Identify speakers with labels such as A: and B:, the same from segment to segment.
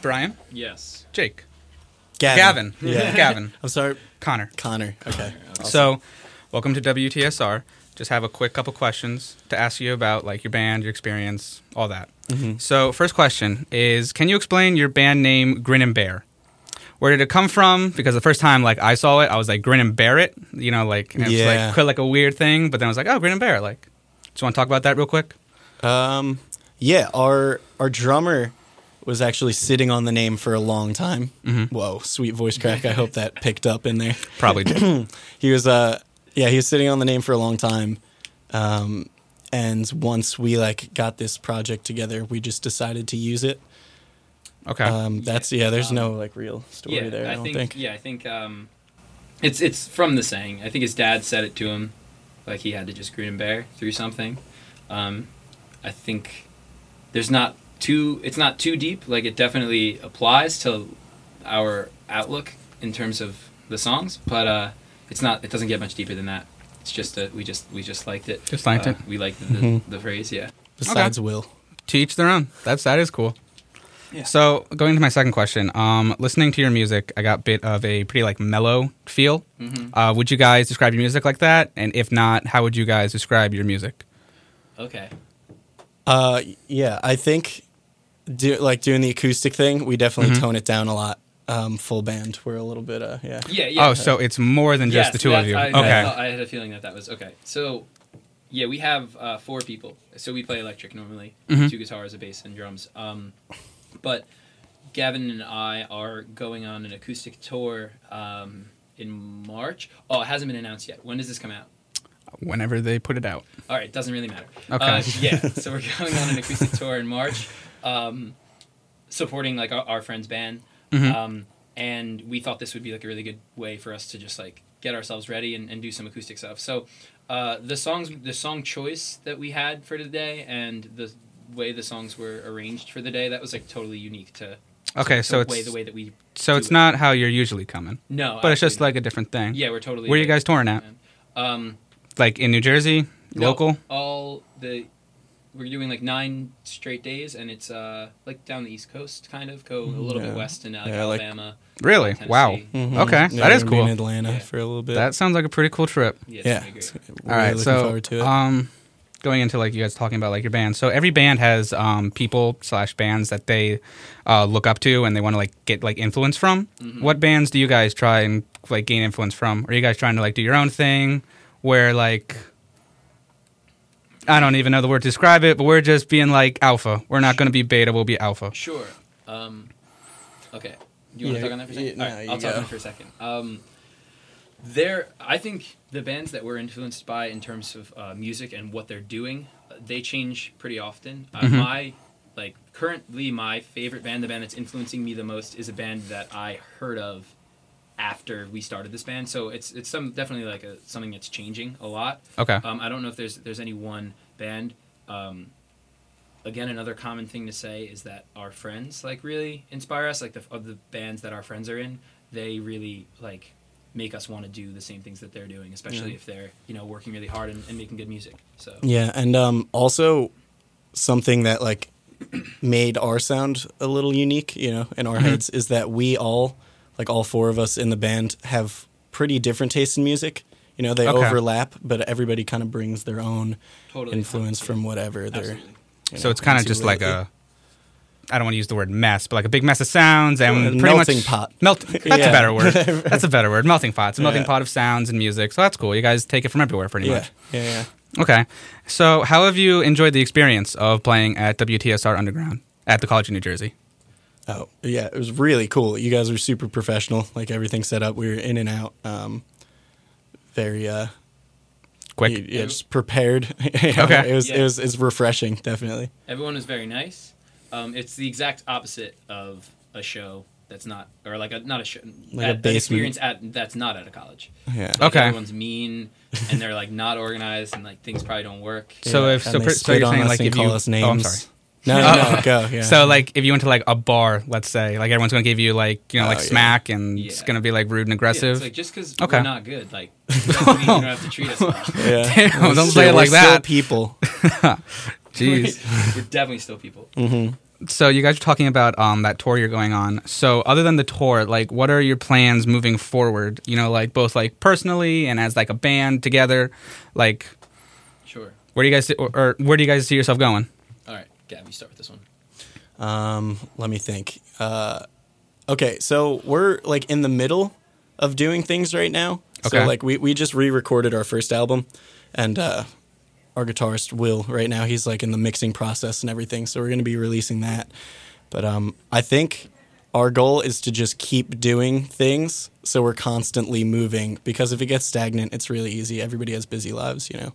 A: Brian,
B: Yes.
A: Jake,
C: Gavin.
A: Gavin, Gavin,
C: I'm sorry,
A: Connor.
C: Connor. Okay.
A: So, welcome to WTSR. Just have a quick couple questions to ask you about like your band, your experience, all that. So, first question is, can you explain your band name Grin and Bear? Where did it come from? Because the first time like I saw it, I was like Grin and Bear it, you know, like and it's
C: Yeah.
A: like quite like a weird thing, but then I was like, oh, Grin and Bear, like. Just want to talk about that real quick?
C: Um, yeah, our our drummer was actually sitting on the name for a long time.
A: Mm-hmm.
C: Whoa, sweet voice crack. I hope that picked up in there.
A: Probably. did.
C: He was uh yeah, he was sitting on the name for a long time. Um and once we like got this project together, we just decided to use it.
A: Okay.
C: Um that's yeah, there's no like real story
B: Yeah,
C: there, I,
B: I,
C: don't
B: think,
C: think.
B: Yeah, I think um, it's it's from the saying. I think his dad said it to him, like he had to just grin and bear through something. Um, I think there's not too. It's not too deep. Like it definitely applies to our outlook in terms of the songs, but uh, it's not. It doesn't get much deeper than that. It's just that we just we just liked it.
A: Just liked
B: Uh,
A: it.
B: We liked the,
C: Mm-hmm.
B: the phrase. Yeah.
C: Besides Will.
A: to each their own. That's that is cool.
C: Yeah.
A: So going to my second question, um, listening to your music, I got a bit of a pretty like mellow feel.
B: Mm-hmm.
A: Uh, would you guys describe your music like that? And if not, how would you guys describe your music?
B: Okay.
C: Uh, yeah, I think do, like doing the acoustic thing, we definitely
A: Mm-hmm.
C: tone it down a lot. Um, full band, we're a little bit, uh, yeah.
B: Yeah. Yeah.
A: Oh, so it's more than just
B: Yes,
A: the two
B: that's-
A: of you.
B: I, I
A: okay.
B: thought- I, had a feeling that that was okay. So, yeah, we have uh, four people. So we play electric normally,
A: Mm-hmm.
B: two guitars, a bass, and drums. Um, but Gavin and I are going on an acoustic tour um, in March. Oh, it hasn't been announced yet. When does this come out?
A: Whenever they put it out.
B: All right, doesn't really matter.
A: Okay.
B: Uh, yeah, so we're going on an acoustic tour in March, um, supporting like our, our friend's band,
A: Mhm.
B: um, and we thought this would be like a really good way for us to just like get ourselves ready and, and do some acoustic stuff. So uh, the songs, the song choice that we had for today, and the way the songs were arranged for the day, that was like totally unique to.
A: Okay,
B: to
A: so
B: way the
A: it's
B: way that we.
A: so
B: do
A: it's
B: it.
A: not how you're usually coming,
B: No,
A: but it's just
B: absolutely
A: like a different thing.
B: not. yeah, we're totally.
A: Where are you
B: like-
A: guys touring at?
B: Um,
A: Like in New Jersey,
B: No,
A: local.
B: all the we're doing like nine straight days, and it's uh like down the East Coast, kind of go a little
C: Yeah.
B: bit west and like
C: Yeah, like-
B: Alabama.
A: Really?
B: Tennessee.
A: Wow.
C: Mhm.
A: Okay,
C: Yeah,
A: that
C: we're
A: is
C: gonna be In
A: cool.
C: Atlanta
B: Yeah.
C: for a little bit.
A: That sounds like a pretty cool trip.
B: Yes,
C: yeah.
B: I agree.
C: it's-
A: All right,
C: looking
A: so
C: forward to it.
A: um, going into like you guys talking about like your band. So every band has um people slash bands that they uh, look up to and they want to like get like influence from. What bands do you guys try and like gain influence from? Are you guys trying to like do your own thing where like I don't even know the word to describe it, but we're just being like alpha. We're not going to be beta. We'll be alpha.
B: Sure. Um, okay. Do you want
C: Yeah,
B: to talk on that for a second?
C: yeah,
B: All right,
C: no,
B: I'll
C: you
B: talk
C: go.
B: on it for a second. Um, there, I think the bands that we're influenced by in terms of uh, music and what they're doing, uh, they change pretty often. Uh,
C: Mm-hmm.
B: My, like, currently my favorite band, the band that's influencing me the most, is a band that I heard of after we started this band. So it's it's some definitely like a, something that's changing a lot.
A: Okay.
B: Um, I don't know if there's there's any one band. Um, again, another common thing to say is that our friends like really inspire us. Like the of the bands that our friends are in, they really like make us want to do the same things that they're doing, especially if they're you know working really hard and, and making good music. So
C: yeah, and um, also something that like made our sound a little unique, you know, in our
A: Mm-hmm.
C: heads is that we all, like all four of us in the band, have pretty different tastes in music. You know, they
A: Okay.
C: overlap, but everybody kind of brings their own
B: Totally.
C: influence from whatever they're.
B: absolutely.
C: you
A: So
C: know,
A: it's kind of
C: into
A: just like
C: lately.
A: a. I don't want to use the word mess, but like a big mess of sounds and
C: A
A: pretty
C: melting
A: much
C: pot.
A: Melt. That's a
C: Yeah.
A: better word. That's a better word. Melting pot. It's a melting
C: Yeah.
A: pot of sounds and music. So that's cool. You guys take it from everywhere, pretty
C: Yeah,
A: much.
C: yeah, yeah.
A: Okay. So how have you enjoyed the experience of playing at WTSR Underground at the College of New Jersey?
C: Oh, yeah, it was really cool. You guys were super professional. Like everything set up, we were in and out. Um, very uh,
A: Quick.
C: y- yeah, just prepared. Yeah,
A: Okay.
C: it was
B: Yeah.
C: it was it's refreshing, definitely.
B: Everyone is very nice. Um, it's the exact opposite of a show that's not, or like a not a show,
C: Like a
B: at- an
C: basement.
B: experience at that's not at a college.
C: Yeah.
B: Like,
A: Okay.
B: Everyone's mean, and they're like not organized, and like things probably don't work.
A: So
C: Yeah,
A: if
C: and
A: so,
C: they
A: per- so
C: spit
A: you're
C: on
A: saying
C: us
A: like
C: and
A: if
C: call
A: you
C: us
A: oh I'm
C: names.
A: sorry.
C: No, no, no, go. Yeah.
A: So like if you went to like a bar, let's say, like everyone's gonna give you like you know like
C: Oh, yeah.
A: smack and it's
B: Yeah.
A: gonna be like rude and
B: Yeah,
A: aggressive.
B: it's like just because
A: Okay.
B: we're not good, like doesn't mean you don't have to treat us. Well.
C: yeah.
A: Damn,
C: We're
A: don't
C: still-
A: say it like
C: we're still
A: that.
C: people.
A: Jeez. Mm.
B: we're definitely still people.
A: so you guys are talking about um, that tour you're going on. So other than the tour, like what are your plans moving forward? You know, like both like personally and as like a band together. Like
B: Sure.
A: where do you guys or, or where do you guys see yourself going?
B: All right, Gab, you start with this one.
C: Um, let me think. Uh, okay, so we're like in the middle of doing things right now.
A: Okay.
C: So like we we just re-recorded our first album, and uh, our guitarist Will right now he's like in the mixing process and everything. So we're gonna be releasing that. But um, I think our goal is to just keep doing things so we're constantly moving because if it gets stagnant, it's really easy. Everybody has busy lives, you know.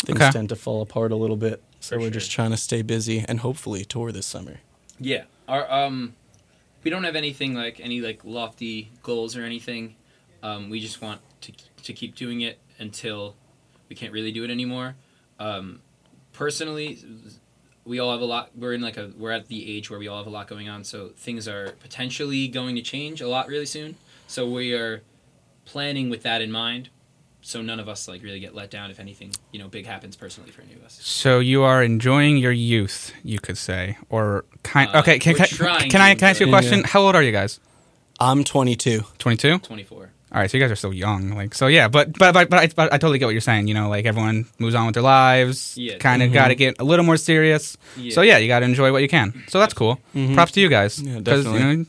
C: Things
A: Okay.
C: tend to fall apart a little bit. So
B: For
C: we're
B: sure.
C: just trying to stay busy and hopefully tour this summer.
B: Yeah. Our um we don't have anything like any like lofty goals or anything. Um we just want to to keep doing it until we can't really do it anymore. Um personally we all have a lot we're in like a we're at the age where we all have a lot going on, so things are potentially going to change a lot really soon. So we are planning with that in mind. So none of us like really get let down if anything, you know, big happens personally for any of us.
A: So you are enjoying your youth, you could say, or kind.
B: Uh,
A: okay, can, can,
B: we're trying
A: can I
B: to
A: can I ask you a
C: enjoy it.
A: question? How old are you guys?
C: I'm 22.
A: Twenty two.
B: Twenty four.
A: All right, so you guys are still young, like so. Yeah, but but but, but, I, but I totally get what you're saying. You know, like everyone moves on with their lives.
B: Yeah.
A: kind of got to get a little more serious. So yeah, you got to enjoy what you can. So that's cool. Props to you guys.
C: Mm-hmm. Yeah,
A: 'cause, you
C: definitely.
A: know,